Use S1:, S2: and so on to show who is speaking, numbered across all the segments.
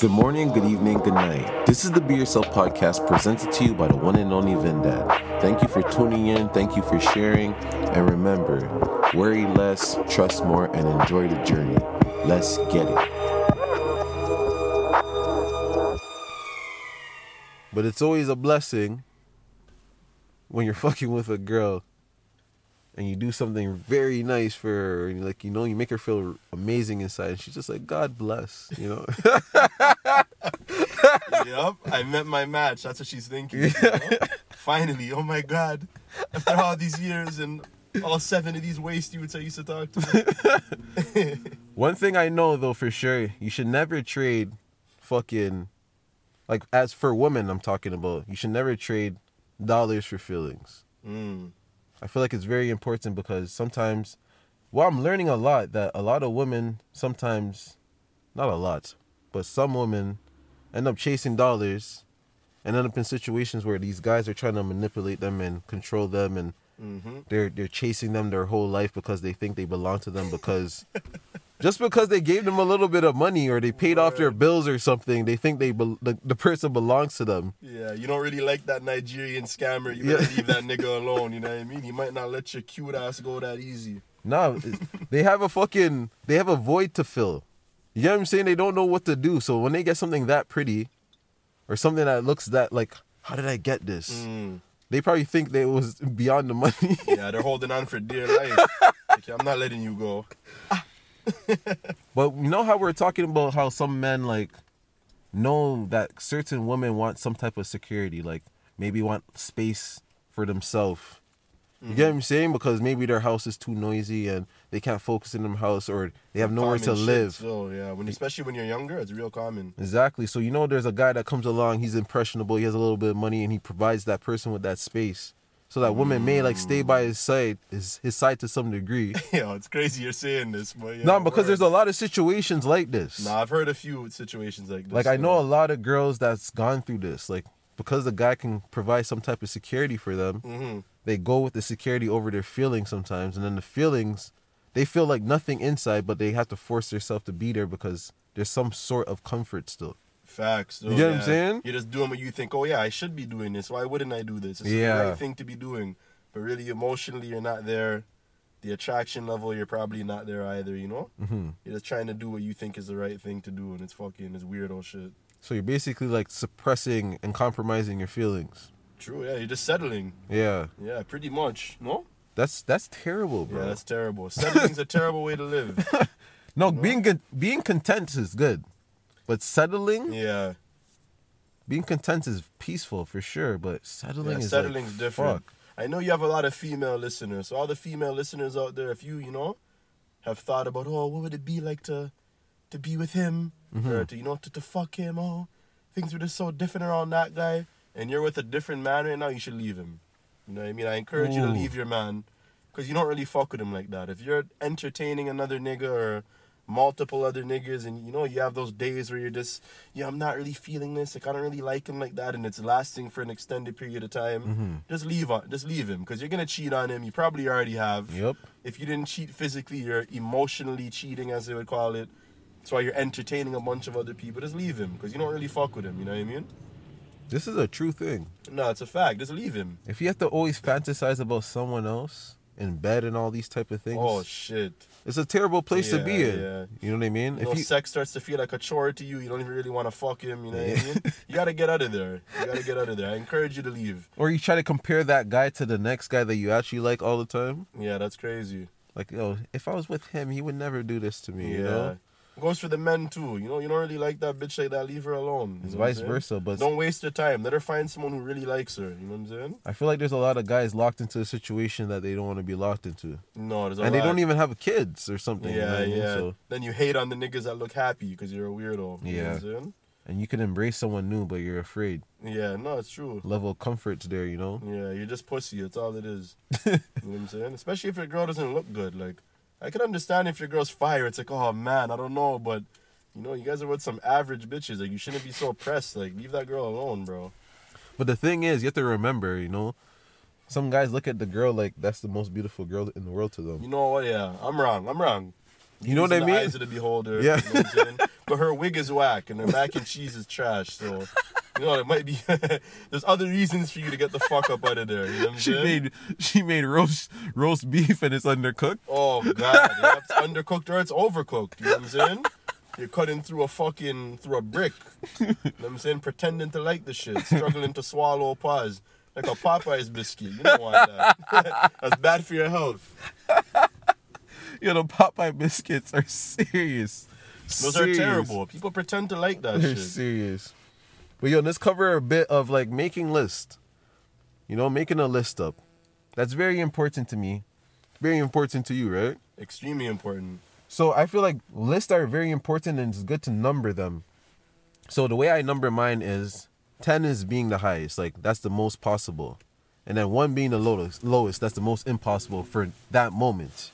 S1: Good morning, good evening, good night. This is the Be Yourself podcast presented to you by the one and only Vendad. Thank you for tuning in, thank you for sharing, and remember worry less, trust more, and enjoy the journey. Let's get it. But it's always a blessing when you're fucking with a girl and you do something very nice for her and like you know you make her feel amazing inside and she's just like god bless you know
S2: yep, I met my match. That's what she's thinking. you know? Finally, oh my god. After all these years and all seven of these waste dudes I used to talk to.
S1: One thing I know though for sure, you should never trade fucking like as for women I'm talking about, you should never trade dollars for feelings.
S2: Mm,
S1: I feel like it's very important because sometimes well I'm learning a lot that a lot of women sometimes not a lot, but some women end up chasing dollars and end up in situations where these guys are trying to manipulate them and control them and
S2: mm-hmm.
S1: they're they're chasing them their whole life because they think they belong to them because just because they gave them a little bit of money or they paid off their bills or something they think they bel the, the person belongs to them
S2: Yeah, you don't really like that Nigerian scammer. You better
S1: Yeah.
S2: leave that nigga alone. You know what I mean? He might not let your cute ass go that easy.
S1: nah it's- they have a fucking they have a void to fill you know what i'm saying they don't know what to do so when they get something that pretty or something that looks that like how did i get this
S2: Mm.
S1: they probably think that it was beyond the money
S2: Yeah, they're holding on for dear life. Like, I'm not letting you go.
S1: But you know how we're talking about how some men like know that certain women want some type of security, like maybe want space for themselves. You
S2: Mm-hmm.
S1: get what I'm saying? Because maybe their house is too noisy and they can't focus in their house or they have nowhere to
S2: Common shit,
S1: live.
S2: So yeah, when especially when you're younger, it's real common.
S1: Exactly. So you know there's a guy that comes along, he's impressionable, he has a little bit of money and he provides that person with that space. So that woman may like stay by
S2: Mm.
S1: his side, his, his side to some degree.
S2: Yeah, it's crazy you're saying this, but yeah,
S1: no, because there's
S2: word.
S1: a lot of situations like this.
S2: Nah, I've heard a few situations like this.
S1: Like I
S2: so-
S1: know a lot of girls that's gone through this. Like because the guy can provide some type of security for them,
S2: Mhm.
S1: they go with the security over their feelings sometimes, and then the feelings, they feel like nothing inside, but they have to force themselves to be there because there's some sort of comfort still.
S2: Facts. though,
S1: You get what I'm
S2: yeah.
S1: saying?
S2: You're just doing what you think. Oh yeah, I should be doing this. Why wouldn't I do this? It's
S1: Yeah.
S2: the right thing to be doing. But really, emotionally, you're not there. The attraction level, you're probably not there either. You know,
S1: Mhm.
S2: you're just trying to do what you think is the right thing to do, and it's fucking it's weirdo shit.
S1: So you're basically like suppressing and compromising your feelings.
S2: True. Yeah, you're just settling.
S1: Yeah,
S2: Yeah, pretty much. No.
S1: that's that's terrible, bro.
S2: Yeah, that's terrible. Settling's a terrible way to live.
S1: no, being con- being content is good, but settling,
S2: Yeah.
S1: being content is peaceful for sure, but settling
S2: yeah,
S1: is
S2: settling's
S1: like,
S2: different.
S1: Fuck.
S2: I know you have a lot of female listeners. So all the female listeners out there, if you, you know, have thought about, oh, what would it be like to to be with him?
S1: Mm-hmm.
S2: Or to, you know, to, to fuck him, oh, things were just so different around that guy. And you're with a different man right now, you should leave him. You know what I mean? I encourage you to
S1: Ooh.
S2: leave your man. Because you don't really fuck with him like that. If you're entertaining another nigga or multiple other niggas and you know you have those days where you're just yeah i'm not really feeling this like i don't really like him like that and it's lasting for an extended period of time just leave on just leave him because you're gonna cheat on him you probably already have
S1: Yep.
S2: if you didn't cheat physically you're emotionally cheating as they would call it that's why you're entertaining a bunch of other people just leave him because you don't really fuck with him you know what i mean
S1: This is a true thing.
S2: no it's a fact just leave him
S1: If you have to always fantasize about someone else in bed and all these type of things,
S2: oh shit
S1: it's a terrible place to be
S2: Yeah,
S1: in.
S2: yeah.
S1: You know what I mean?
S2: you know,
S1: if you
S2: sex starts to feel like a chore to you. You don't even really want to fuck him. You know what I mean? You gotta get out of there. You gotta get out of there. I encourage you to leave.
S1: or you try to compare that guy to the next guy that you actually like all the time,
S2: Yeah, that's crazy.
S1: like yo, if I was with him, he would never do this to me.
S2: Yeah.
S1: You know,
S2: Goes for the men too. You know, you don't really like that bitch like that. Leave her alone. You
S1: it's
S2: know what I'm
S1: vice
S2: saying?
S1: versa. But
S2: Don't waste your time. Let her find someone who really likes her. You know what I'm saying?
S1: I feel like there's a lot of guys locked into a situation that they don't want to be locked into,
S2: No, there's a
S1: and they
S2: lot.
S1: don't even have kids or something. you know
S2: Yeah,
S1: what I mean?
S2: yeah.
S1: So,
S2: Then you hate on the niggas that look happy because you're a weirdo. You know
S1: Yeah.
S2: what I'm saying?
S1: and you can embrace someone new, but you're afraid.
S2: Yeah, no, it's true.
S1: Level of comfort's there, you know.
S2: Yeah, you're just pussy. That's all it is. you know what I'm saying? Especially if your girl doesn't look good. Like, I can understand if your girl's fire. It's like, oh man, I don't know, but you know, you guys are with some average bitches. Like, you shouldn't be so pressed. Like, leave that girl alone, bro.
S1: But the thing is, you have to remember, you know, some guys look at the girl like that's the most beautiful girl in the world to them.
S2: You know what? Yeah, I'm wrong. I'm wrong.
S1: You know what I
S2: in the
S1: mean?
S2: Eyes of the beholder.
S1: Yeah.
S2: You know what I'm saying? but her wig is whack and her mac and cheese is trash. So you know it might be. there's other reasons for you to get the fuck up out of there. You know what I'm
S1: She
S2: saying?
S1: made she made roast roast beef and it's undercooked.
S2: Oh god, yeah, it's undercooked or it's overcooked. You know what I'm saying? You're cutting through a fucking through a brick. You know what I'm saying? Pretending to like the shit, struggling to swallow pause. Like a Popeye's biscuit. You don't want that. That's bad for your health.
S1: Yo, the Popeye biscuits are serious.
S2: Those
S1: Serious.
S2: are terrible. People pretend to like that
S1: They're
S2: shit.
S1: serious. But yo, let's cover a bit of like making list. You know, making a list up. That's very important to me. Very important to you, right?
S2: Extremely important.
S1: So I feel like lists are very important and it's good to number them. So the way I number mine is 10 is being the highest, like that's the most possible. And then 1 being the lowest, lowest that's the most impossible for that moment.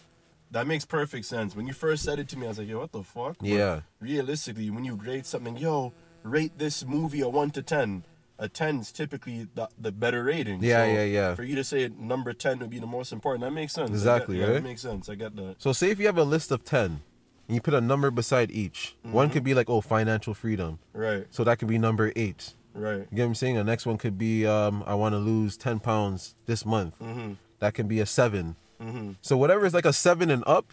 S2: That makes perfect sense. When you first said it to me, I was like, yo, what the fuck? But
S1: Yeah.
S2: realistically, when you grade something, yo, rate this movie a 1 to 10. A 10's typically the, the better rating.
S1: Yeah, yeah, yeah.
S2: For you to say number 10 would be the most important, that makes sense. I get-
S1: Exactly,
S2: yeah,
S1: right?
S2: That makes sense. I get that.
S1: So say if you have a list of 10 and you put a number beside each. One could be like, oh, financial freedom.
S2: Right,
S1: So that could be number 8.
S2: right.
S1: You get what I'm saying? The next one could be um, I want to lose 10 pounds this month. That can be a 7.
S2: Mm-hmm.
S1: So whatever is like a 7 and up,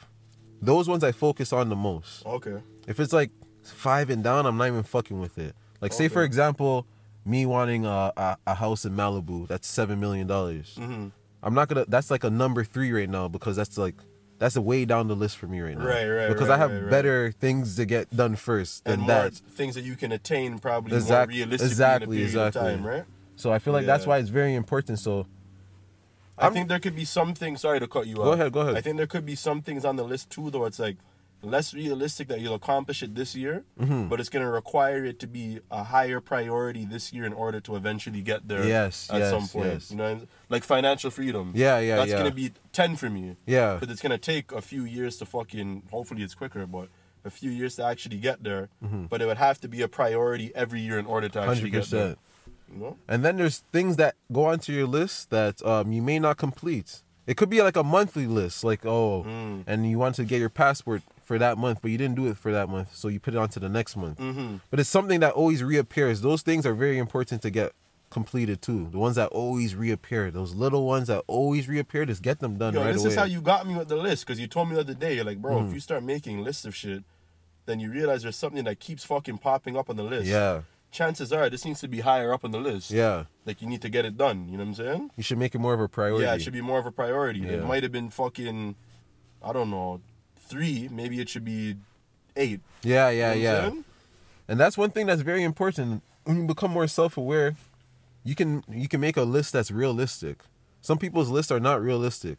S1: those ones I focus on the most.
S2: Okay.
S1: If it's like five and down, I'm not even fucking with it. Like, say for
S2: Okay.
S1: example, me wanting a, a, a house in Malibu that's seven million dollars.
S2: Mm-hmm.
S1: I'm not gonna. That's like a number three right now because that's like that's a way down the list for me right now.
S2: Right, right,
S1: Because
S2: right,
S1: I have
S2: right, right.
S1: better things to get done first than
S2: and more
S1: that.
S2: things that you can attain probably
S1: Exact-
S2: more realistically
S1: exactly,
S2: in a period
S1: exactly.
S2: of time, right?
S1: So I feel like that's
S2: Yeah.
S1: why it's very important. So
S2: I
S1: I'm-
S2: think there could be some things. Sorry to cut you off.
S1: Go ahead, go ahead.
S2: I think there could be some things on the list too, though. It's like less realistic that you'll accomplish it this year,
S1: Mm-hmm.
S2: but it's going to require it to be a higher priority this year in order to eventually get there.
S1: Yes,
S2: at
S1: yes,
S2: some point,
S1: yes.
S2: you know, like financial freedom.
S1: Yeah, yeah,
S2: That's
S1: yeah.
S2: going to be ten for me.
S1: yeah,
S2: Because it's gonna take a few years to fucking. Hopefully, it's quicker, but a few years to actually get there.
S1: Mm-hmm.
S2: But it would have to be a priority every year in order to actually
S1: hundred
S2: get there.
S1: percent.
S2: You know?
S1: And then there's things that go onto your list that um, you may not complete. It could be like a monthly list, like oh,
S2: Mm.
S1: and you want to get your passport for that month, but you didn't do it for that month, so you put it onto the next month.
S2: Mm-hmm.
S1: But it's something that always reappears. Those things are very important to get completed too. The ones that always reappear, those little ones that always reappear, just get them done
S2: Yo,
S1: right
S2: this
S1: away. Hmm.
S2: is how you got me with the list because you told me the other day, you're like, bro, if you start making lists of shit, then you realize there's something that keeps fucking popping up on the list.
S1: yeah,
S2: Chances are this needs to be higher up on the list.
S1: yeah.
S2: Like you need to get it done. You know what I'm saying?
S1: You should make it more of a priority.
S2: Yeah, it should be more of a priority.
S1: Yeah.
S2: It might have been fucking, I don't know, three. Maybe it should be eight.
S1: yeah, yeah,
S2: You know what I'm
S1: yeah.
S2: saying?
S1: and that's one thing that's very important when you become more self-aware you can you can make a list that's realistic some people's lists are not realistic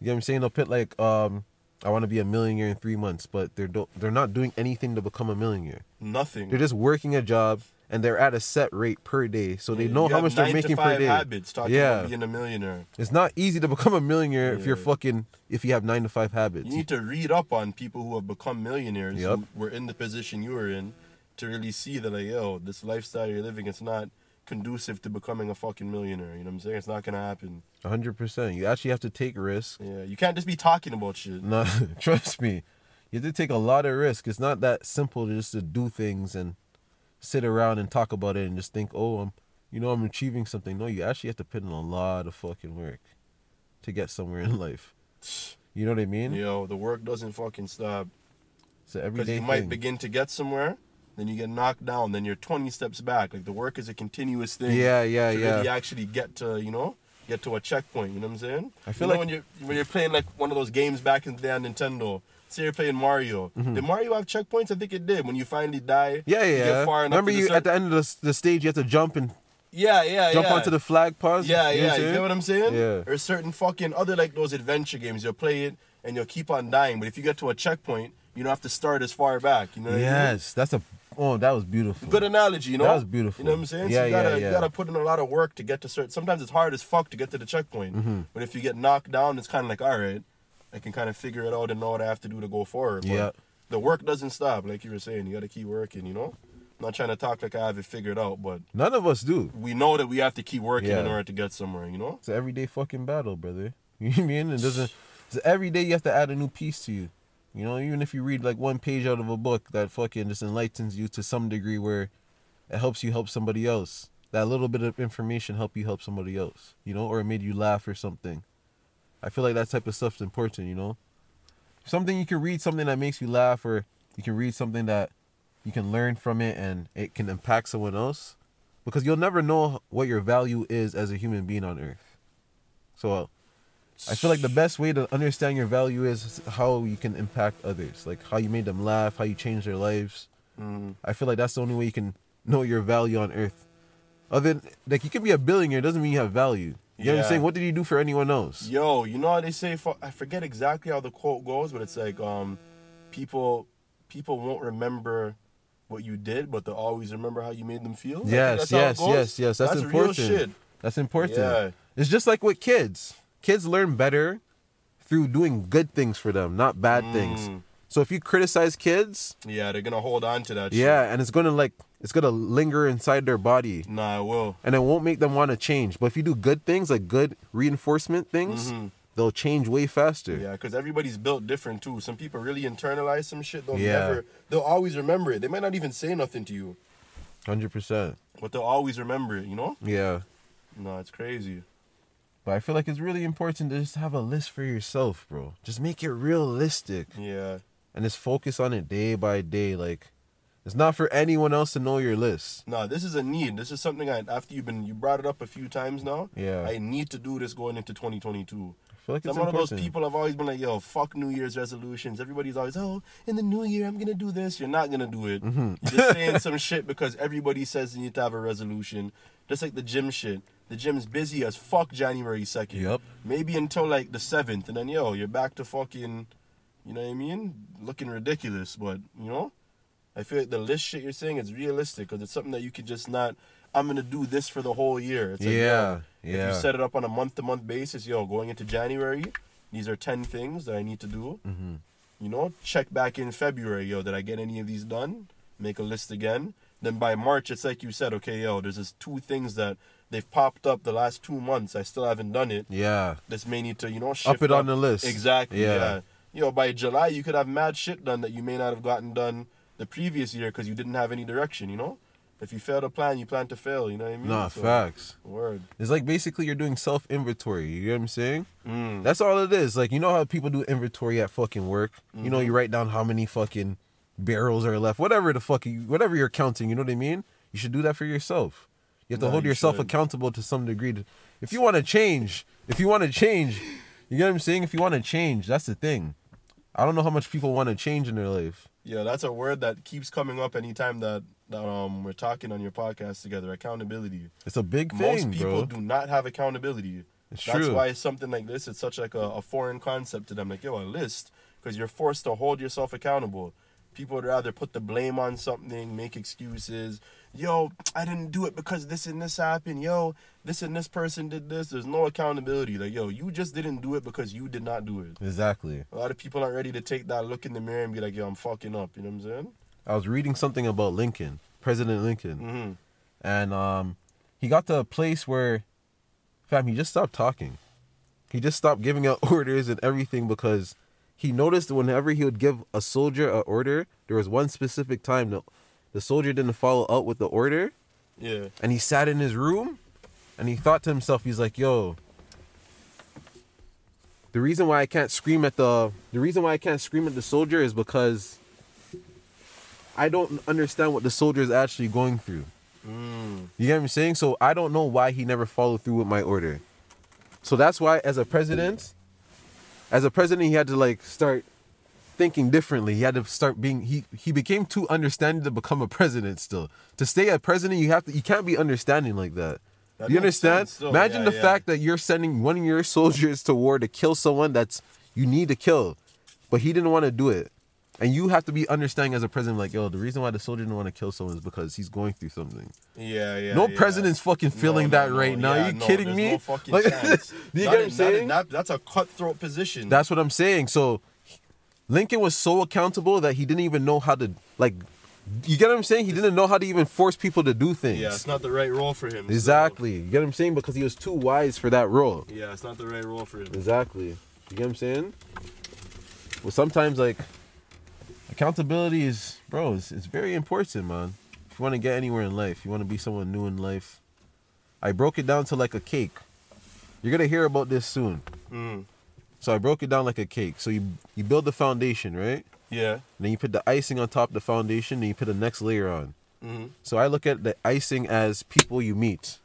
S1: you get what i'm saying they'll put like um i want to be a millionaire in three months but they're do- they're not doing anything to become a millionaire
S2: Nothing.
S1: they're just working a job and they're at a set rate per day so they know
S2: You
S1: how
S2: have
S1: much they're
S2: nine to
S1: making per
S2: five
S1: day
S2: habits talking
S1: yeah
S2: about being a millionaire.
S1: it's not easy to become a millionaire if you're
S2: Yeah.
S1: fucking if you have nine to five habits
S2: You need to read up on people who have become millionaires
S1: Yep.
S2: who were in the position you were in to really see that like, yo, this lifestyle you're living it's not conducive to becoming a fucking millionaire. You know what I'm saying? It's not gonna happen.
S1: 100% you actually have to take risks
S2: Yeah. You can't just be talking about shit.
S1: No, trust me. You have to take a lot of risk. It's not that simple to just to do things and sit around and talk about it and just think, oh, I'm, you know, I'm achieving something. No, you actually have to put in a lot of fucking work to get somewhere in life. You know what I mean?
S2: Yo, the work doesn't fucking stop.
S1: It's an
S2: Because
S1: everyday
S2: you might
S1: thing.
S2: begin to get somewhere, then you get knocked down, then you're twenty steps back. Like the work is a continuous thing.
S1: yeah, yeah,
S2: to
S1: yeah.
S2: really actually get to you know get to a checkpoint. You know what I'm saying?
S1: I feel
S2: you
S1: like-
S2: know when you're when you're playing like one of those games back in the day on Nintendo. Say you're playing Mario. Did Mario have checkpoints? I think it did. When you finally die,
S1: Mm-hmm. yeah,
S2: you
S1: yeah.
S2: get far enough.
S1: Remember,
S2: to
S1: you
S2: cer-
S1: at the end of the, s- the stage, you have to jump and
S2: yeah, yeah,
S1: jump
S2: yeah.
S1: onto the flag pause.
S2: yeah,
S1: you know
S2: yeah.
S1: What I'm
S2: You get
S1: saying?
S2: what I'm saying?
S1: Yeah.
S2: Or certain fucking other like those adventure games. You'll play it and you'll keep on dying. But if you get to a checkpoint, you don't have to start as far back. You know? What I mean?
S1: Yes, that's a. Oh, that was beautiful.
S2: Good analogy, you know.
S1: That was beautiful.
S2: You know what I'm saying?
S1: Yeah,
S2: so you
S1: yeah,
S2: gotta,
S1: yeah.
S2: you gotta put in a lot of work to get to certain. Sometimes it's hard as fuck to get to the checkpoint.
S1: Mm-hmm.
S2: But if you get knocked down, it's kind of like, all right, I can kind of figure it out and know what I have to do to go forward. But
S1: Yeah.
S2: The work doesn't stop, like you were saying. You gotta keep working. You know. I'm not trying to talk like I have it figured out, but
S1: None of us do.
S2: we know that we have to keep working in
S1: Yeah.
S2: order to get somewhere. You know.
S1: It's an everyday fucking battle, brother. You know what I mean? It doesn't. It's every day you have to add a new piece to you. You You know, even if you read like one page out of a book that fucking just enlightens you to some degree where it helps you help somebody else. That little bit of information help you help somebody else, you know, or it made you laugh or something. I feel like that type of stuff's important, you know. Something you can read something that makes you laugh or you can read something that you can learn from it and it can impact someone else because you'll never know what your value is as a human being on earth. So I feel like the best way to understand your value is how you can impact others, like how you made them laugh, how you changed their lives.
S2: Mm.
S1: I feel like that's the only way you can know your value on earth. Other than, like you can be a billionaire, doesn't mean you have value. You know what
S2: Yeah.
S1: I'm saying? What did you do for anyone else?
S2: Yo, you know how they say? For, I forget exactly how the quote goes, but it's like, um, people, people won't remember what you did, but they'll always remember how you made them feel. I think
S1: Yes,
S2: that's how it
S1: yes,
S2: goes.
S1: yes, yes. That's, important.
S2: Real shit.
S1: That's important.
S2: Yeah.
S1: It's just like with kids. Kids learn better through doing good things for them, not bad things.
S2: Mm.
S1: So if you criticize kids,
S2: Yeah, they're gonna hold on to that.
S1: yeah, and it's gonna like it's gonna linger inside their body,
S2: Shit. Nah, I will.
S1: and it won't make them want to change. But if you do good things, like good reinforcement things, they'll change way faster.
S2: Mm-hmm. Yeah, because everybody's built different too. Some people really internalize some shit. They'll
S1: Yeah.
S2: never. They'll always remember it. They might not even say nothing to you,
S1: Hundred percent.
S2: but they'll always remember it. You know?
S1: Yeah.
S2: No, it's crazy.
S1: But I feel like it's really important to just have a list for yourself, bro. Just make it realistic.
S2: Yeah.
S1: and just focus on it day by day. Like, it's not for anyone else to know your list.
S2: No, this is a need. This is something I after you've been you brought it up a few times now.
S1: Yeah.
S2: I need to do this going into 2022.
S1: I feel like
S2: I'm
S1: it's important.
S2: one of those people. I've always been like, yo, fuck New Year's resolutions. Everybody's always, oh, in the new year I'm gonna do this. You're not gonna do it.
S1: Mm-hmm.
S2: You're just saying some shit because everybody says you need to have a resolution. Just like the gym shit. The gym's busy as fuck January second.
S1: Yup.
S2: Maybe until like the seventh, and then yo, you're back to fucking, you know what I mean? Looking ridiculous, but you know. I feel like the list shit you're saying is realistic because it's something that you could just not. I'm gonna do this for the whole year. It's like,
S1: Yeah,
S2: yo,
S1: yeah.
S2: If you set it up on a month to month basis, yo, going into January, these are ten things that I need to do. Mm-hmm. You know, check back in February, yo. Did I get any of these done? Make a list again. Then by March, it's like you said, okay, yo, there's this two things that they've popped up the last two months. I still haven't done it.
S1: Yeah.
S2: This may need to, you know, shift
S1: it on the list.
S2: Exactly.
S1: Yeah.
S2: Yeah. You know, by July you could have mad shit done that you may not have gotten done the previous year because you didn't have any direction. You know, if you fail to plan, you plan to fail. You know what I mean?
S1: Nah,
S2: So,
S1: facts.
S2: Word.
S1: It's like basically you're doing self inventory. You know what I'm saying?
S2: Mm.
S1: That's all it is. Like, you know how people do inventory at fucking work? You
S2: Mm-hmm.
S1: know, you write down how many fucking barrels are left, whatever the fuck, you, whatever you're counting, you know what I mean? You should do that for yourself. You have to
S2: Nah,
S1: hold
S2: you
S1: yourself
S2: should.
S1: accountable to some degree. to- if you want to change, if you want to change, you get what I'm saying? If you want to change, that's the thing. I don't know how much people want to change in their life.
S2: Yeah, that's a word that keeps coming up anytime that that um we're talking on your podcast together. Accountability.
S1: It's a big thing,
S2: Most people
S1: bro.
S2: do not have accountability.
S1: It's
S2: That's
S1: true.
S2: why it's something like this it's such like a, a foreign concept to them. Like, yo, a list, because you're forced to hold yourself accountable. People would rather put the blame on something, make excuses. Yo, I didn't do it because this and this happened. Yo, this and this person did this. There's no accountability. Like, yo, you just didn't do it because you did not do it.
S1: Exactly.
S2: A lot of people aren't ready to take that look in the mirror and be like, yo, I'm fucking up. You know what I'm saying?
S1: I was reading something about Lincoln, President Lincoln,
S2: Mhm.
S1: and um, he got to a place where, fam, he just stopped talking. He just stopped giving out orders and everything because he noticed whenever he would give a soldier an order, there was one specific time the, the soldier didn't follow up with the order,
S2: Yeah.
S1: and he sat in his room, and he thought to himself, he's like, yo. The reason why I can't scream at the the reason why I can't scream at the soldier is because I don't understand what the soldier is actually going through. You get what I'm saying? So I don't know why he never followed through with my order. So that's why, as a president, as a president, he had to like start thinking differently. He had to start being he he became too understanding to become a president. Still, to stay a president, you have to you can't be understanding like that.
S2: That
S1: you
S2: makes
S1: understand?
S2: sense, though.
S1: Imagine
S2: Yeah,
S1: the
S2: yeah.
S1: fact that you're sending one of your soldiers to war to kill someone that's you need to kill, but he didn't want to do it. And you have to be understanding as a president, like, yo, the reason why the soldier didn't want to kill someone is because he's going through something.
S2: Yeah, yeah.
S1: No
S2: yeah.
S1: president's fucking feeling
S2: No, no,
S1: that
S2: no,
S1: right now.
S2: yeah,
S1: you
S2: no,
S1: kidding
S2: there's
S1: me?
S2: No fucking
S1: Like,
S2: chance.
S1: do you
S2: Not
S1: get what I'm
S2: in- not in
S1: saying?
S2: that- that's a cutthroat position.
S1: That's what I'm saying. So Lincoln was so accountable that he didn't even know how to like. You get what I'm saying? He didn't know how to even force people to do things.
S2: yeah, it's not the right role for him. so-
S1: exactly. You get what I'm saying? Because he was too wise for that role.
S2: yeah, it's not the right role for him.
S1: Exactly. You get what I'm saying? Well, sometimes like accountability is, bro, it's, it's very important, man. If you want to get anywhere in life, you want to be someone new in life. I broke it down to like a cake. You're gonna hear about this soon.
S2: Mm.
S1: So I broke it down like a cake. So you you build the foundation, right?
S2: Yeah.
S1: And then you put the icing on top of the foundation, and you put the next layer on.
S2: Mm-hmm.
S1: So I look at the icing as people you meet,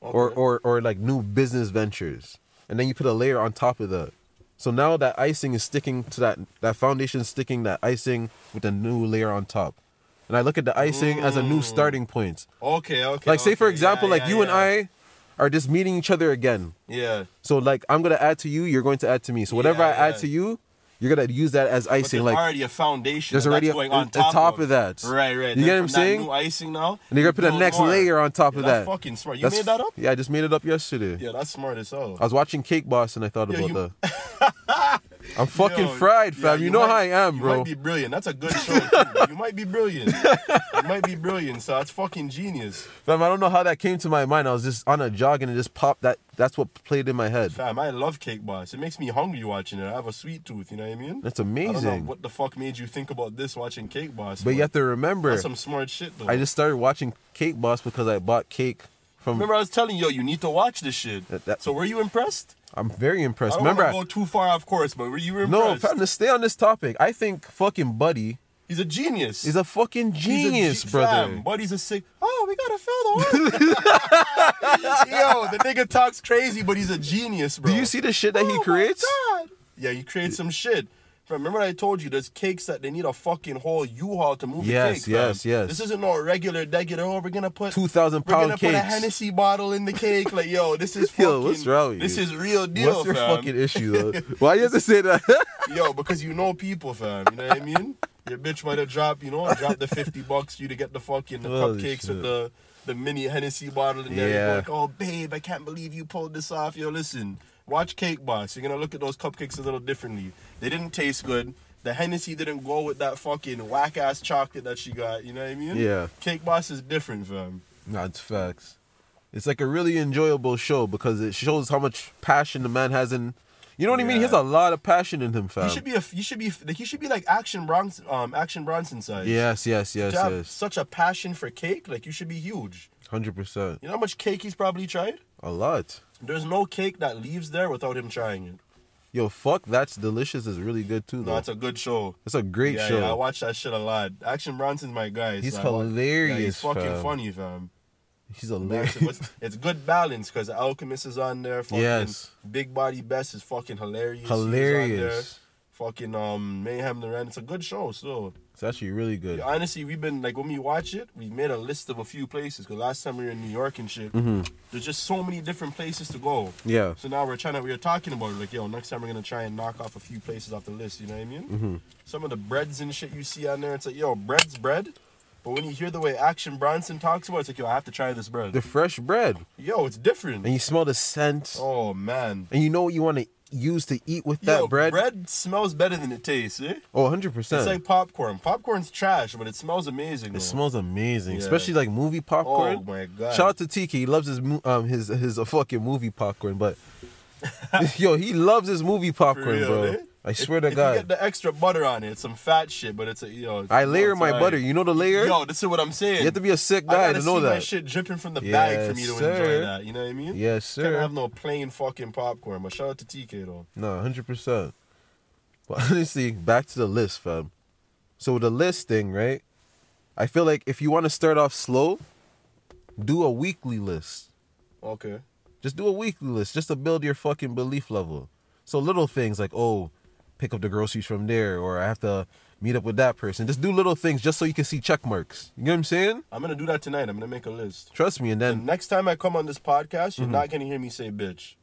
S1: or or or like new business ventures, and then you put a layer on top of that. So now that icing is sticking to that that foundation, is sticking that icing with a new layer on top, and I look at the icing as a new starting point.
S2: okay, Mm. okay.
S1: Like say for
S2: okay.
S1: example,
S2: Yeah,
S1: like
S2: yeah,
S1: you and
S2: yeah.
S1: I are just meeting each other again.
S2: Yeah.
S1: So like I'm gonna add to you, you're going to add to me. So whatever
S2: Yeah,
S1: I add
S2: yeah.
S1: to you, you're gonna use that as
S2: But there's
S1: icing. Like
S2: already a foundation.
S1: there's
S2: and
S1: already
S2: that's
S1: a-
S2: going on
S1: a
S2: top,
S1: top of that.
S2: Right, right.
S1: You
S2: Then
S1: get what
S2: from
S1: I'm
S2: that
S1: saying?
S2: New icing now.
S1: and you're gonna put the
S2: build
S1: next
S2: more.
S1: layer on top
S2: Yeah,
S1: of
S2: that's
S1: that.
S2: fucking smart. You
S1: That's
S2: made that
S1: f-
S2: up?
S1: Yeah, I just made it up yesterday.
S2: Yeah, that's smart as hell.
S1: I was watching Cake Boss and I thought
S2: Yeah,
S1: about
S2: you-
S1: that. I'm fucking
S2: Yo,
S1: fried,
S2: yeah,
S1: fam. you, know
S2: might-
S1: how I am,
S2: you
S1: bro.
S2: might be brilliant. That's a good show. too. you might be brilliant. You might be brilliant. So that's fucking genius,
S1: Fam, I don't know how that came to my mind. I was just on a jog and it just popped. That that's what played in my head.
S2: fam. I love Cake Boss. It makes me hungry watching it. I have a sweet tooth. You know what I mean?
S1: That's
S2: I don't
S1: amazing.
S2: know what the fuck made you think about this watching Cake Boss.
S1: but you have to remember,
S2: that's some smart shit though.
S1: I just started watching Cake Boss because I bought cake from.
S2: remember I was telling you, yo, you need to watch this shit.
S1: That- that-
S2: so were you impressed?
S1: I'm very
S2: I
S1: impressed.
S2: don't
S1: Remember,
S2: wanna
S1: I-
S2: go too far off course, but were you
S1: No,
S2: impressed?
S1: fam, to stay on this topic, I think fucking Buddy
S2: he's a genius.
S1: is a fucking
S2: He's a
S1: genius,
S2: ge-
S1: brother.
S2: Fam, buddy's a sick. Oh, we gotta fill the hole. Yo, the nigga talks crazy, but he's a genius, bro.
S1: Do you see the shit that
S2: Oh
S1: he
S2: my
S1: creates?
S2: God. Yeah, he creates some shit. Fam, Remember I told you there's cakes that they need a fucking whole U-Haul to move the
S1: Yes,
S2: cake. fam.
S1: yes, yes.
S2: This isn't no regular degular. Oh, we're gonna put
S1: 2,000
S2: We're gonna
S1: pound
S2: put a
S1: cakes.
S2: Hennessy bottle in the cake. Like, yo, this is fucking.
S1: Yo, what's wrong with
S2: This
S1: you?
S2: is real deal,
S1: What's your
S2: fam.
S1: fucking issue though? Why you have to say that?
S2: Yo, because you know people, fam. You know what I mean? Your bitch might have dropped, you know, dropped the 50 bucks for you to get the fucking the
S1: Holy
S2: cupcakes
S1: shit.
S2: with the, the mini Hennessy bottle in there.
S1: Yeah.
S2: You're like, oh, babe, I can't believe you pulled this off. Yo, listen, watch Cake Boss. You're going to look at those cupcakes a little differently. They didn't taste good. The Hennessy didn't go with that fucking whack ass chocolate that she got. You know what I mean?
S1: Yeah.
S2: Cake Boss is different, fam.
S1: nah, it's facts. It's like a really enjoyable show because it shows how much passion the man has in. You know what I mean? He has
S2: Yeah.
S1: a lot of passion in him,
S2: You
S1: fam.
S2: should be a you should be like you should be like Action Bronson um Action Bronson size.
S1: yes, yes, yes,
S2: To have
S1: yes.
S2: such a passion for cake, like you should be huge.
S1: Hundred percent.
S2: You know how much cake he's probably tried?
S1: A lot.
S2: There's no cake that leaves there without him trying it.
S1: Yo, fuck, that's delicious. Is really good too,
S2: No,
S1: though.
S2: it's a good show.
S1: it's a great
S2: yeah,
S1: show.
S2: yeah, I watch that shit a lot. Action Bronson's my guy.
S1: He's
S2: I wa- Yeah, he's
S1: hilarious,
S2: fucking
S1: fam.
S2: funny, fam.
S1: He's a
S2: Action- it's- it's good balance because Alchemist is on there. Fucking
S1: Yes.
S2: Big Body Best is fucking hilarious. He's on there.
S1: hilarious.
S2: Fucking um Mayhem Loren. It's a good show. So
S1: It's actually really good.
S2: Yeah, honestly, we've been like when we watch it, we made a list of a few places. Cause last time we were in New York and shit,
S1: Mm-hmm.
S2: there's just so many different places to go.
S1: Yeah.
S2: So now we're trying to, we were talking about it, like, yo, next time we're gonna try and knock off a few places off the list, you know what I mean?
S1: Mm-hmm.
S2: Some of the breads and shit you see on there, it's like, yo, bread's bread. But when you hear the way Action Bronson talks about it, it's like, yo, I have to try this bread.
S1: The fresh bread.
S2: yo, it's different.
S1: and you smell the scent,
S2: Oh, man.
S1: and you know what you want to use to eat with that
S2: yo,
S1: bread.
S2: bread smells better than it tastes, eh?
S1: Oh, 100
S2: It's
S1: percent.
S2: like popcorn. Popcorn's trash, but it smells amazing.
S1: it
S2: though.
S1: smells amazing,
S2: Yeah.
S1: especially like movie
S2: Oh
S1: popcorn.
S2: my god!
S1: Shout out to TK. He loves his mo- um his his uh, fucking movie popcorn, but yo, he loves his movie
S2: For
S1: popcorn,
S2: real,
S1: bro.
S2: eh?
S1: I
S2: If-
S1: swear to
S2: if you get
S1: God.
S2: the extra butter on it, it's some fat shit, but it's a yo.
S1: I layer
S2: it's
S1: my
S2: alright.
S1: butter. You know the layer.
S2: Yo, this is what I'm saying.
S1: you have to be a sick
S2: I
S1: guy
S2: gotta
S1: to know
S2: see my
S1: that.
S2: shit dripping from the bag for
S1: Yes,
S2: me to
S1: sir.
S2: enjoy that. You know what I mean?
S1: Yes,
S2: Can't
S1: sir.
S2: have no plain fucking popcorn. But shout out to TK though.
S1: No, 100 percent. But honestly, back to the list, fam. So the list thing, right? I feel like if you want to start off slow, do a weekly list.
S2: Okay.
S1: Just do a weekly list just to build your fucking belief level. So little things like, oh, pick up the groceries from there, or I have to meet up with that person. Just do little things just so you can see check marks. You know what I'm saying?
S2: I'm gonna do that tonight. I'm gonna make a list.
S1: Trust me. And Mm-hmm. then,
S2: Next time I come on this podcast, you're not gonna hear me say bitch.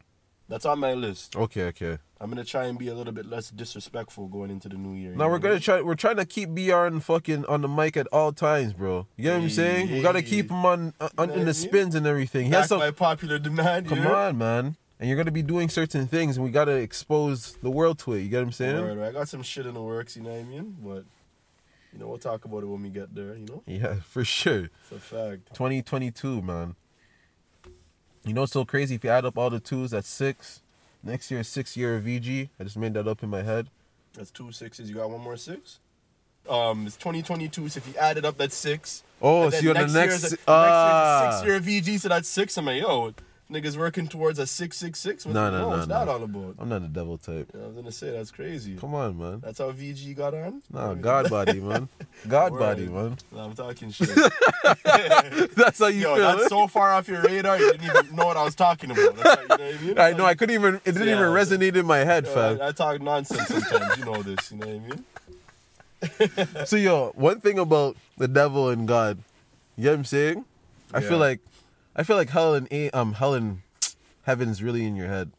S2: That's on my list.
S1: okay, okay.
S2: I'm gonna try and be a little bit less disrespectful going into the new year. you
S1: Now
S2: know
S1: we're
S2: what I
S1: gonna try. We're trying to keep Br on fucking on the mic at all times, bro. You know what I'm saying? We gotta keep him on, on in the spins and everything. He
S2: mean?
S1: has
S2: Back
S1: some.
S2: by popular demand.
S1: Come
S2: yeah?
S1: on, man. And you're gonna be doing certain things, and we gotta expose the world to it. You get what I'm saying?
S2: Word, I got some shit in the works, you know what I mean? But you know, we'll talk about it when we get there, you know?
S1: Yeah, for sure.
S2: It's a fact.
S1: 2022, man. You know, it's so crazy. If you add up all the twos, that's six. Next year, is six year of VG. I just made that up in my head.
S2: That's two sixes. You got one more six? Um, it's 2022, so if you add it up, that's six.
S1: Oh,
S2: And
S1: so
S2: then
S1: you're the
S2: year
S1: next.
S2: is a-
S1: ah,
S2: next year is a six year VG, so that's six. I'm like, yo, niggas working towards a six six six. What's,
S1: No, no,
S2: no,
S1: no,
S2: what's
S1: no.
S2: that all about?
S1: I'm not a devil type.
S2: Yeah, I was gonna say that's crazy.
S1: Come on, man.
S2: That's how VG got on.
S1: Nah, God body, man. God
S2: Word.
S1: body, man.
S2: Nah, I'm talking shit.
S1: That's how you
S2: Yo,
S1: feel.
S2: that's
S1: eh?
S2: so far off your radar. You didn't even know what I was talking about. That's how- you know what I mean?
S1: I know. I couldn't even. It didn't
S2: Yeah,
S1: even
S2: that's it.
S1: resonate in my head,
S2: Yo,
S1: fam.
S2: I, I talk nonsense sometimes. You know this. You know what I mean?
S1: So yo, one thing about the devil and God, you know what I'm saying? I
S2: Yeah.
S1: feel like I feel like hell and a- um hell and heaven's really in your head.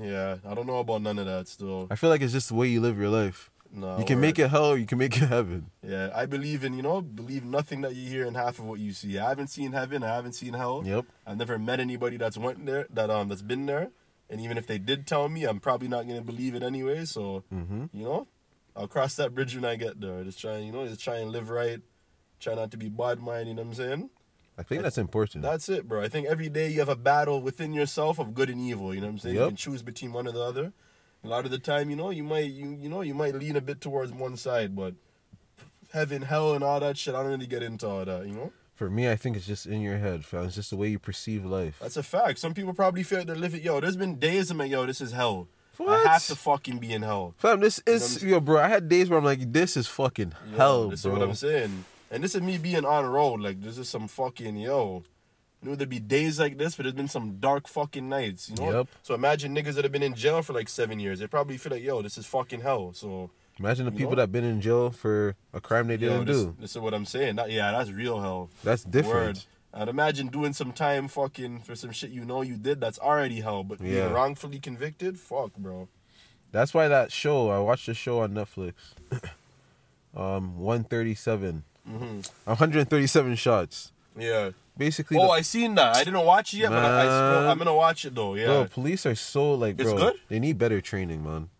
S2: Yeah, I don't know about none of that still.
S1: I feel like it's just the way you live your life.
S2: No,
S1: you can make it hell or you can make it heaven.
S2: Yeah, I believe in you know believe nothing that you hear and half of what you see. I haven't seen heaven. I haven't seen hell.
S1: Yep.
S2: I've never met anybody that's went there that um that's been there, and even if they did tell me, I'm probably not gonna believe it anyway. So
S1: Mm-hmm.
S2: you know, I'll cross that bridge when I get there. Just try and you know just try and live right. Try not to be bad minded. You know what I'm saying?
S1: I think that's important.
S2: That's it, bro. I think every day you have a battle within yourself of good and evil. You know what I'm saying?
S1: Yep.
S2: You can choose between one or the other. A lot of the time, you know, you might you you know you might lean a bit towards one side, but heaven, hell, and all that shit, I don't really get into all that. You know,
S1: For me, I think it's just in your head, fam. It's just the way you perceive life.
S2: that's a fact. Some people probably feel they're living. Yo, there's been days I'm like, yo, this is hell.
S1: What?
S2: I have to fucking be in hell.
S1: Fam, this is yo, bro. I had days where I'm like, this is fucking
S2: Yo,
S1: hell,
S2: this is what
S1: bro.
S2: I'm saying. And this is me being on road. Like this is some fucking yo. You know there'd be days like this, but there's been some dark fucking nights. You know.
S1: Yep.
S2: So imagine niggas that have been in jail for like seven years. They probably feel like yo, this is fucking hell. So
S1: Imagine the
S2: You
S1: people
S2: know?
S1: that been in jail for a crime they
S2: yo,
S1: didn't
S2: this,
S1: do.
S2: this is what I'm saying. That- yeah, that's real hell.
S1: That's different.
S2: I'd imagine doing some time fucking for some shit you know you did that's already hell, but
S1: Yeah.
S2: being wrongfully convicted, fuck, bro.
S1: That's why that show I watched a show on Netflix. um, one thirty seven.
S2: hmm
S1: hundred thirty seven shots.
S2: Yeah.
S1: Basically,
S2: Oh,
S1: the,
S2: I seen that. I didn't watch it yet, but I,
S1: Man.
S2: I scroll, I'm gonna watch it though. Yeah.
S1: bro, police are so like,
S2: It's
S1: bro,
S2: good?
S1: they need better training, man.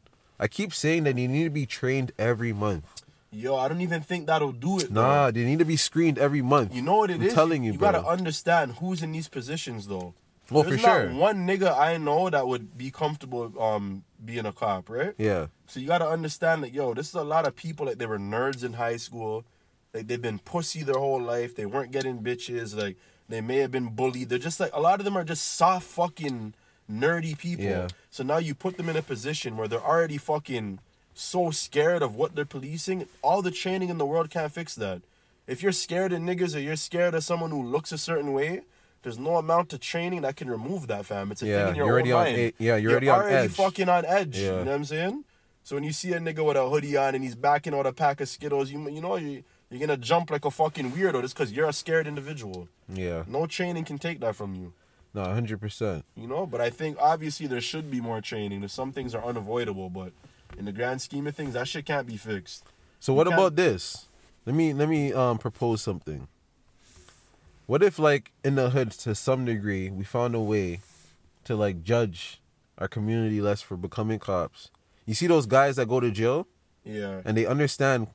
S1: I keep saying that they need to be trained every month.
S2: Yo, I don't even think that'll do it. bro.
S1: Nah, they need to be screened every month.
S2: You know what it is.
S1: I'm telling you,
S2: you
S1: bro.
S2: gotta understand who's in these positions, though.
S1: well, for
S2: There's
S1: sure.
S2: not one nigga I know that would be comfortable um being a cop, right?
S1: yeah,
S2: So you gotta understand that, yo, this is a lot of people like they were nerds in high school, like they've been pussy their whole life. They weren't getting bitches. Like they may have been bullied. They're just like a lot of them are just soft fucking nerdy people.
S1: Yeah.
S2: So now you put them in a position where they're already fucking so scared of what they're policing. All the training in the world can't fix that. If you're scared of niggas or you're scared of someone who looks a certain way. There's no amount of training that can remove that, fam. It's a
S1: Yeah,
S2: thing in your
S1: you're already
S2: own
S1: on
S2: mind.
S1: a- yeah, you're already on edge.
S2: fucking fucking on edge. You
S1: Yeah.
S2: know what I'm saying? So when you see a nigga with a hoodie on and he's backing out a pack of Skittles, you you know you you're gonna jump like a fucking weirdo just because you're a scared individual.
S1: yeah,
S2: No training can take that from you.
S1: no, hundred percent.
S2: You know, but I think obviously there should be more training. There's some things are unavoidable, but in the grand scheme of things, that shit can't be fixed.
S1: So what
S2: You can't-
S1: about this? Let me let me um propose something. What if like in the hood to some degree we found a way to like judge our community less for becoming cops? You see those guys that go to jail
S2: Yeah,
S1: and they understand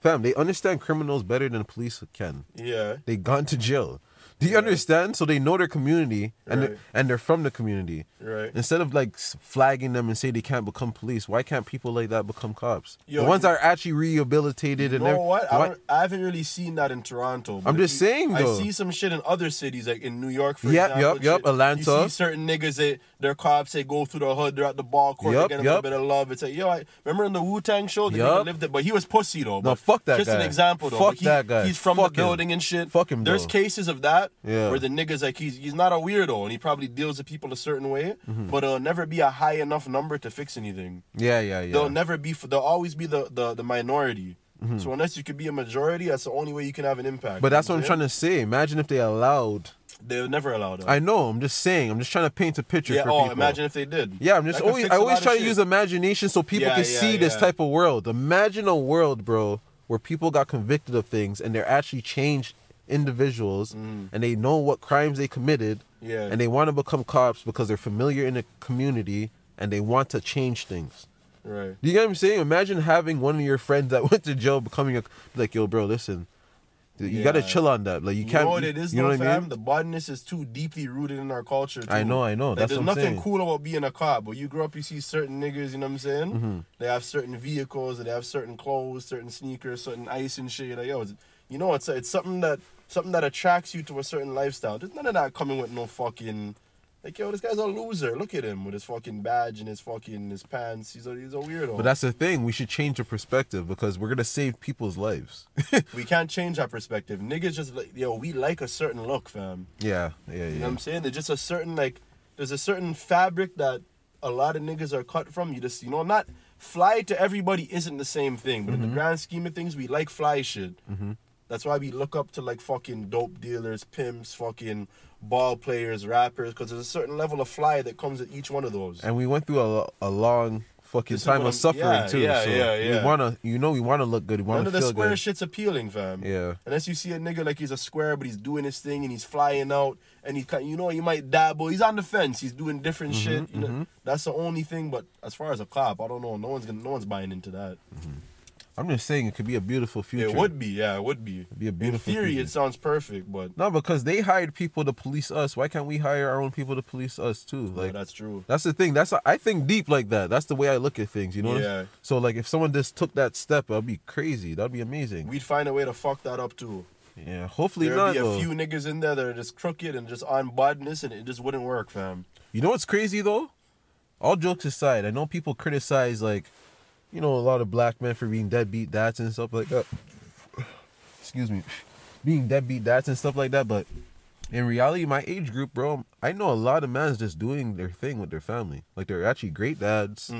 S1: fam, they understand criminals better than police can.
S2: yeah,
S1: They gone to jail. Do you
S2: Right.
S1: understand? So they know their community and
S2: Right.
S1: they're, and they're from the community.
S2: right.
S1: Instead of like s- flagging them and say they can't become police, why can't people like that become cops?
S2: Yo,
S1: the ones
S2: you-
S1: that are actually rehabilitated
S2: You
S1: and
S2: know
S1: every-
S2: what? I,
S1: why-
S2: don't, I haven't really seen that in Toronto. but
S1: I'm
S2: if
S1: just
S2: you-
S1: saying, though.
S2: I see some shit in other cities, like in New York, for
S1: Yep,
S2: example.
S1: yep, yep,
S2: shit.
S1: Atlanta.
S2: You see certain niggas that their cops they go through the hood, they're at the ball court,
S1: Yep,
S2: they get a
S1: yep.
S2: little bit of love. It's like, yo, I remember in the Wu Tang show, the
S1: Yup.
S2: nigga lived it, but he was pussy though.
S1: No,
S2: but
S1: fuck that
S2: Just an
S1: guy.
S2: example though.
S1: Fuck
S2: but he-
S1: that guy.
S2: He's from
S1: Fuck him.
S2: the building and shit.
S1: Fuck him,
S2: There's
S1: though.
S2: cases of that
S1: Yeah.
S2: where the niggas like he's he's not a weirdo and he probably deals with people a certain way,
S1: Mm-hmm.
S2: but it'll never be a high enough number to fix anything
S1: Yeah, yeah, yeah. Mm-hmm.
S2: they'll never be for they'll always be the the, the minority so unless you could be a majority that's the only way you can have an impact
S1: but that's what I'm trying to say. Imagine if they allowed.
S2: they'll never allow that
S1: I know. I'm just saying. I'm just trying to paint a picture
S2: yeah
S1: for
S2: oh
S1: people.
S2: imagine if they did
S1: yeah, I'm just
S2: That could
S1: always.
S2: fix
S1: I
S2: a
S1: always
S2: lot
S1: try
S2: of
S1: to
S2: shit.
S1: use imagination so people
S2: Yeah,
S1: can
S2: yeah,
S1: see this
S2: yeah.
S1: type of world. Imagine a world, bro, where people got convicted of things and they're actually changed individuals, and they know what crimes they committed,
S2: Mm. Yeah.
S1: and they want to become cops because they're familiar in the community and they want to change things.
S2: right
S1: Do you get what I'm saying? Imagine having one of your friends that went to jail becoming a like, yo, bro, listen, You gotta
S2: Yeah.
S1: chill on that. Like you
S2: You
S1: can't.
S2: know what it is,
S1: you know
S2: though,
S1: what I
S2: fam?
S1: mean?
S2: The bodness is too deeply rooted in our culture. Too.
S1: I know, I know.
S2: Like,
S1: That's
S2: there's
S1: what I'm
S2: nothing
S1: saying.
S2: cool about being a cop, but you grow up, you see certain niggas. You know what I'm saying?
S1: Mm-hmm.
S2: They have certain vehicles, they have certain clothes, certain sneakers, certain ice and shit. You're like yo, it's, you know, it's it's something that something that attracts you to a certain lifestyle. There's none of that coming with no fucking. Like yo, this guy's a loser. Look at him with his fucking badge and his fucking his pants. He's a he's a weirdo.
S1: But that's the thing. We should change the perspective because we're gonna save people's lives.
S2: we can't change our perspective. Niggas just like yo, we like a certain look, fam.
S1: yeah, yeah,
S2: You know what
S1: yeah.
S2: I'm saying? There's just a certain like there's a certain fabric that a lot of niggas are cut from. You just you know not fly to everybody isn't the same thing, but in the grand scheme of things, we like fly shit. That's why we look up to like fucking dope dealers, pimps, fucking ball players, rappers, because there's a certain level of fly that comes at each one of those.
S1: And we went through a, lo- a long fucking
S2: This is
S1: time
S2: what
S1: of
S2: I'm-
S1: suffering
S2: yeah,
S1: too.
S2: yeah,
S1: so
S2: yeah, yeah.
S1: We wanna, you know, we wanna look good. We wanna
S2: None of the
S1: feel
S2: square
S1: good.
S2: shit's appealing, fam.
S1: Yeah.
S2: Unless you see a nigga like he's a square, but he's doing his thing and he's flying out and he's kind, you know, he might dabble. He's on the fence. He's doing different
S1: Mm-hmm,
S2: shit. You know, that's the only thing. But as far as a cop, I don't know. No one's gonna, no one's buying into that.
S1: I'm just saying it could be a beautiful future.
S2: It would be, yeah, it would be.
S1: be a beautiful
S2: In theory,
S1: future.
S2: it sounds perfect, but
S1: No, because they hired people to police us. Why can't we hire our own people to police us too?
S2: no,
S1: Like
S2: that's true.
S1: That's the thing. That's I think deep like that. That's the way I look at things. You know.
S2: Yeah.
S1: So like, if someone just took that step, that'd be crazy. That'd be amazing.
S2: We'd find a way to fuck that up too.
S1: yeah. Hopefully
S2: There'd
S1: not.
S2: be a
S1: though.
S2: few niggas in there that are just crooked and just on badness, and it just wouldn't work, fam.
S1: You know what's crazy though? All jokes aside, I know people criticize like, you know, a lot of black men for being deadbeat dads and stuff like that. Excuse me, being deadbeat dads and stuff like that. But in reality, my age group, bro, I know a lot of men's just doing their thing with their family. Like they're actually great dads.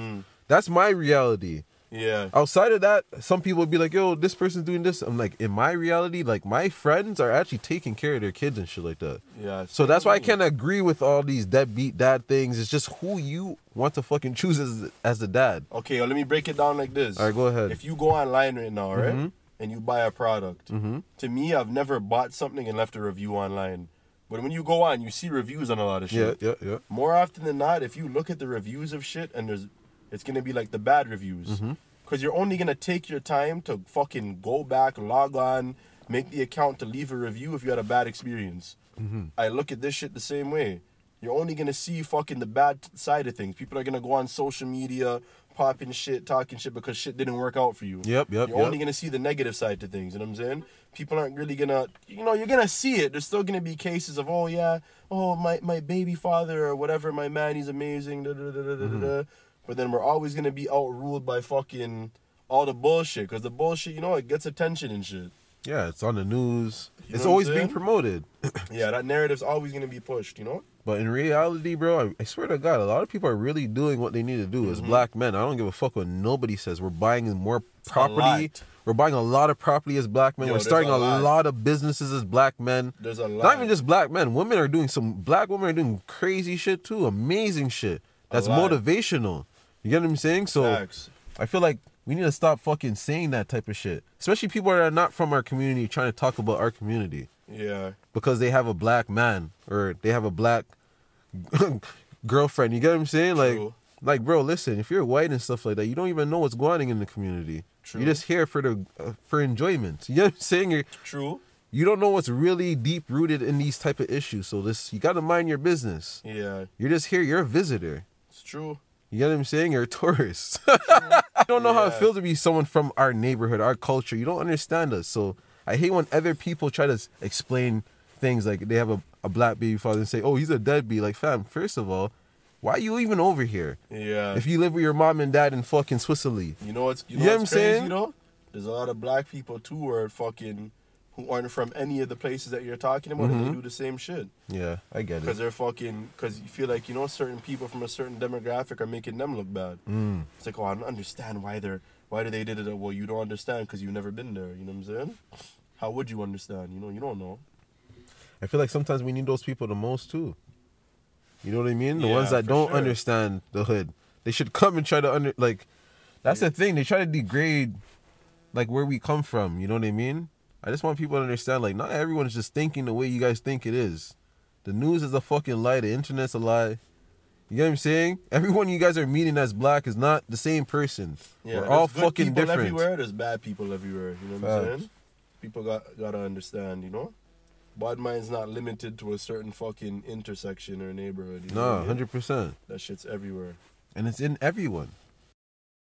S1: That's my reality.
S2: Yeah.
S1: Outside of that, some people would be like, "Yo, this person's doing this." I'm like, in my reality, like my friends are actually taking care of their kids and shit like that.
S2: Yeah.
S1: So that's why I
S2: Mm.
S1: can't agree with all these deadbeat dad things. It's just who you want to fucking choose as as the dad.
S2: Okay, well, let me break it down like this.
S1: All right, go ahead. Mm-hmm.
S2: If you go online right now, right, and you buy a product, to me, I've never bought something and left a review online. But when you go on, you see reviews on a lot of
S1: Yeah,
S2: shit.
S1: yeah, yeah.
S2: More often than not, if you look at the reviews of shit, and there's, it's gonna be like the bad reviews,
S1: Mm-hmm.
S2: because you're only gonna take your time to fucking go back, log on, make the account to leave a review if you had a bad experience.
S1: Mm-hmm.
S2: I look at this shit the same way. You're only gonna see fucking the bad t- side of things. People are gonna go on social media, popping shit, talking shit because shit didn't work out for you.
S1: Yep, yep,
S2: You're only
S1: yep.
S2: gonna see the negative side to things. You know what I'm saying? People aren't really gonna, you know, you're gonna see it. There's still gonna be cases of, oh yeah, oh my my baby father or whatever, my man, he's amazing. Da, da, da, da, da, da. da. But then we're always gonna be outruled by fucking all the bullshit because the bullshit, you know, it gets attention and shit.
S1: Yeah, it's on the news.
S2: You
S1: it's
S2: know what
S1: always
S2: I'm
S1: being
S2: saying?
S1: promoted.
S2: Yeah, that narrative's always gonna be pushed. You know?
S1: But in reality, bro, I, I swear to God, a lot of people are really doing what they need to do as
S2: Mm-hmm.
S1: black men. I don't give a fuck what nobody says. We're buying more property.
S2: lot.
S1: We're buying a lot of property as black men.
S2: Yo,
S1: We're
S2: there's
S1: starting
S2: a
S1: a
S2: lot.
S1: lot. of businesses as black men.
S2: There's a lot.
S1: Not even just black men. Women are doing some black women are doing crazy shit too. Amazing shit. That's
S2: lot.
S1: motivational. You get what I'm saying? So
S2: facts.
S1: I feel like we need to stop fucking saying that type of shit. Especially people that are not from our community trying to talk about our community
S2: Yeah.
S1: because they have a black man or they have a black girlfriend. You get what I'm saying? Like,
S2: True.
S1: like, bro, listen. If you're white and stuff like that, you don't even know what's going on in the community.
S2: True.
S1: You're just here for the uh, for enjoyment. You know what I'm saying? You're,
S2: True.
S1: you don't know what's really deep rooted in these type of issues. So this, you gotta mind your business.
S2: Yeah,
S1: You're just here. You're a visitor.
S2: it's true.
S1: You get what I'm saying? You're a tourist. I don't know how it
S2: Yeah.
S1: feels to be someone from our neighborhood, our culture. You don't understand us. So I hate when other people try to s- explain things like they have a, a black baby father and say, oh, he's a deadbeat. Like, fam, first of all, why are you even over here?
S2: Yeah.
S1: If you live with your mom and dad in fucking Switzerland.
S2: You know what's
S1: You
S2: you know
S1: get what
S2: what's
S1: I'm
S2: crazy
S1: saying?
S2: though? There's a lot of black people too who are fucking who aren't from any of the places that you're talking about and they do the same shit.
S1: Yeah, I get
S2: Because
S1: it.
S2: they're fucking because you feel like, you know, certain people from a certain demographic are making them look bad. Mm. It's like, oh I don't understand why they're why do they did it well you don't understand because you've never been there, you know what I'm saying? How would you understand? You know, you don't know.
S1: I feel like sometimes we need those people the most too. You know what I mean? The
S2: Yeah,
S1: ones that
S2: for
S1: don't
S2: sure.
S1: understand the hood. They should come and try to under like that's the thing. They try to degrade like where we come from. You know what I mean? I just want people to understand like not everyone's just thinking the way you guys think it is. The news is a fucking lie, the internet's a lie. You get what I'm saying? Everyone you guys are meeting that's black is not the same person.
S2: Yeah,
S1: We're all
S2: there's good
S1: fucking
S2: people
S1: different.
S2: everywhere, there's bad people everywhere, you know what I'm
S1: Facts.
S2: saying? people got gotta understand, you know? Bad mind's not limited to a certain fucking intersection or neighborhood. you know what I
S1: Nah,
S2: mean?
S1: hundred percent.
S2: That shit's everywhere.
S1: And it's in everyone.